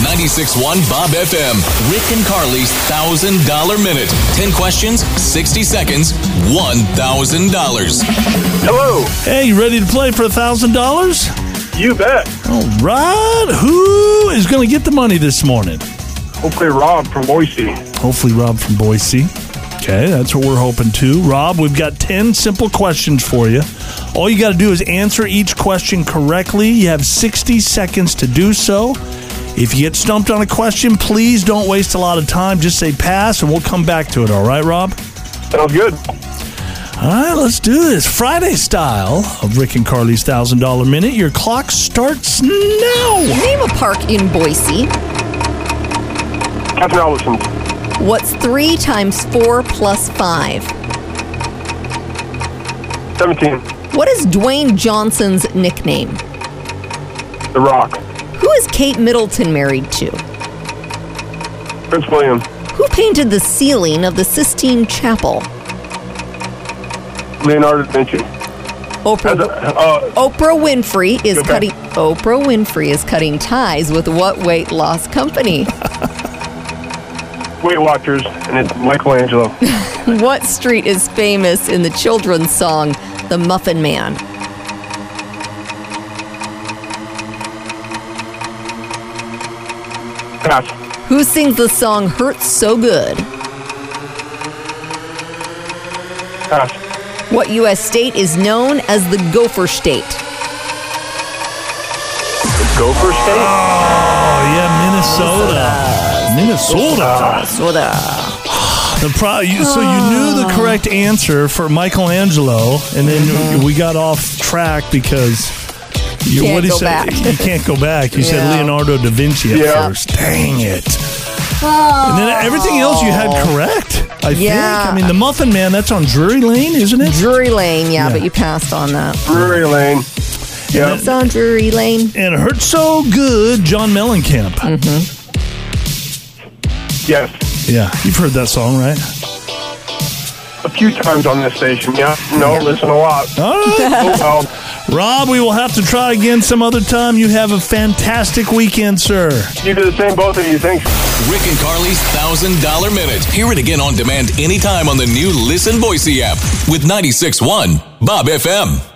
96.1 Bob FM. Rick and Carly's $1,000 Minute. 10 questions, 60 seconds, $1,000. Hello. Hey, you ready to play for a thousand dollars? You bet. All right. Who is going to get the money this morning? Hopefully, Rob from Boise. Hopefully, Rob from Boise. Okay, that's what we're hoping to. Rob, we've got 10 simple questions for you. All you got to do is answer each question correctly. You have 60 seconds to do so. If you get stumped on a question, please don't waste a lot of time. Just say pass and we'll come back to it. All right, Rob? Sounds good. All right, let's do this. Friday style of Rick and Carly's $1,000 Minute. Your clock starts now. Name a park in Boise. Catherine Albertson. What's three times four plus five? 17. What is Dwayne Johnson's nickname? The Rock. Who is Kate Middleton married to? Prince William. Who painted the ceiling of the Sistine Chapel? Leonardo da Vinci. As a- Oprah. uh, Oprah Winfrey is Okay. cutting. Oprah Winfrey is cutting ties with what weight loss company? Weight Watchers, and it's Michelangelo. what street is famous in the children's song "The Muffin Man"? Pass. Who sings the song "Hurts So Good"? Pass. What U.S. state is known as the Gopher State? The Gopher State. Oh, yeah, Minnesota. Minnesota. Minnesota. The pro- you, so you knew the correct answer for Michelangelo, and then we got off track because you, Can't what he go said, back. you can't go back. You said Yeah. Leonardo da Vinci at Yeah. first. Dang it. And then everything else you had correct, I Oh. Yeah. think. I mean, the Muffin Man, that's on Drury Lane, isn't it? Drury Lane, yeah, Yeah. but you passed on that. Brewery Lane. Yeah. It's on Drury Lane. and it hurt so good, John Mellencamp. Mm-hmm. Yes. Yeah, you've heard that song, right? A few times on this station. Yeah. No, listen a lot. All right. Oh, well. Rob, we will have to try again some other time. You have a fantastic weekend, sir. You do the same, both of you. Thanks. Rick and Carly's $1,000 Minute. Hear it again on demand anytime on the new Listen Boise app with 96.1 Bob FM.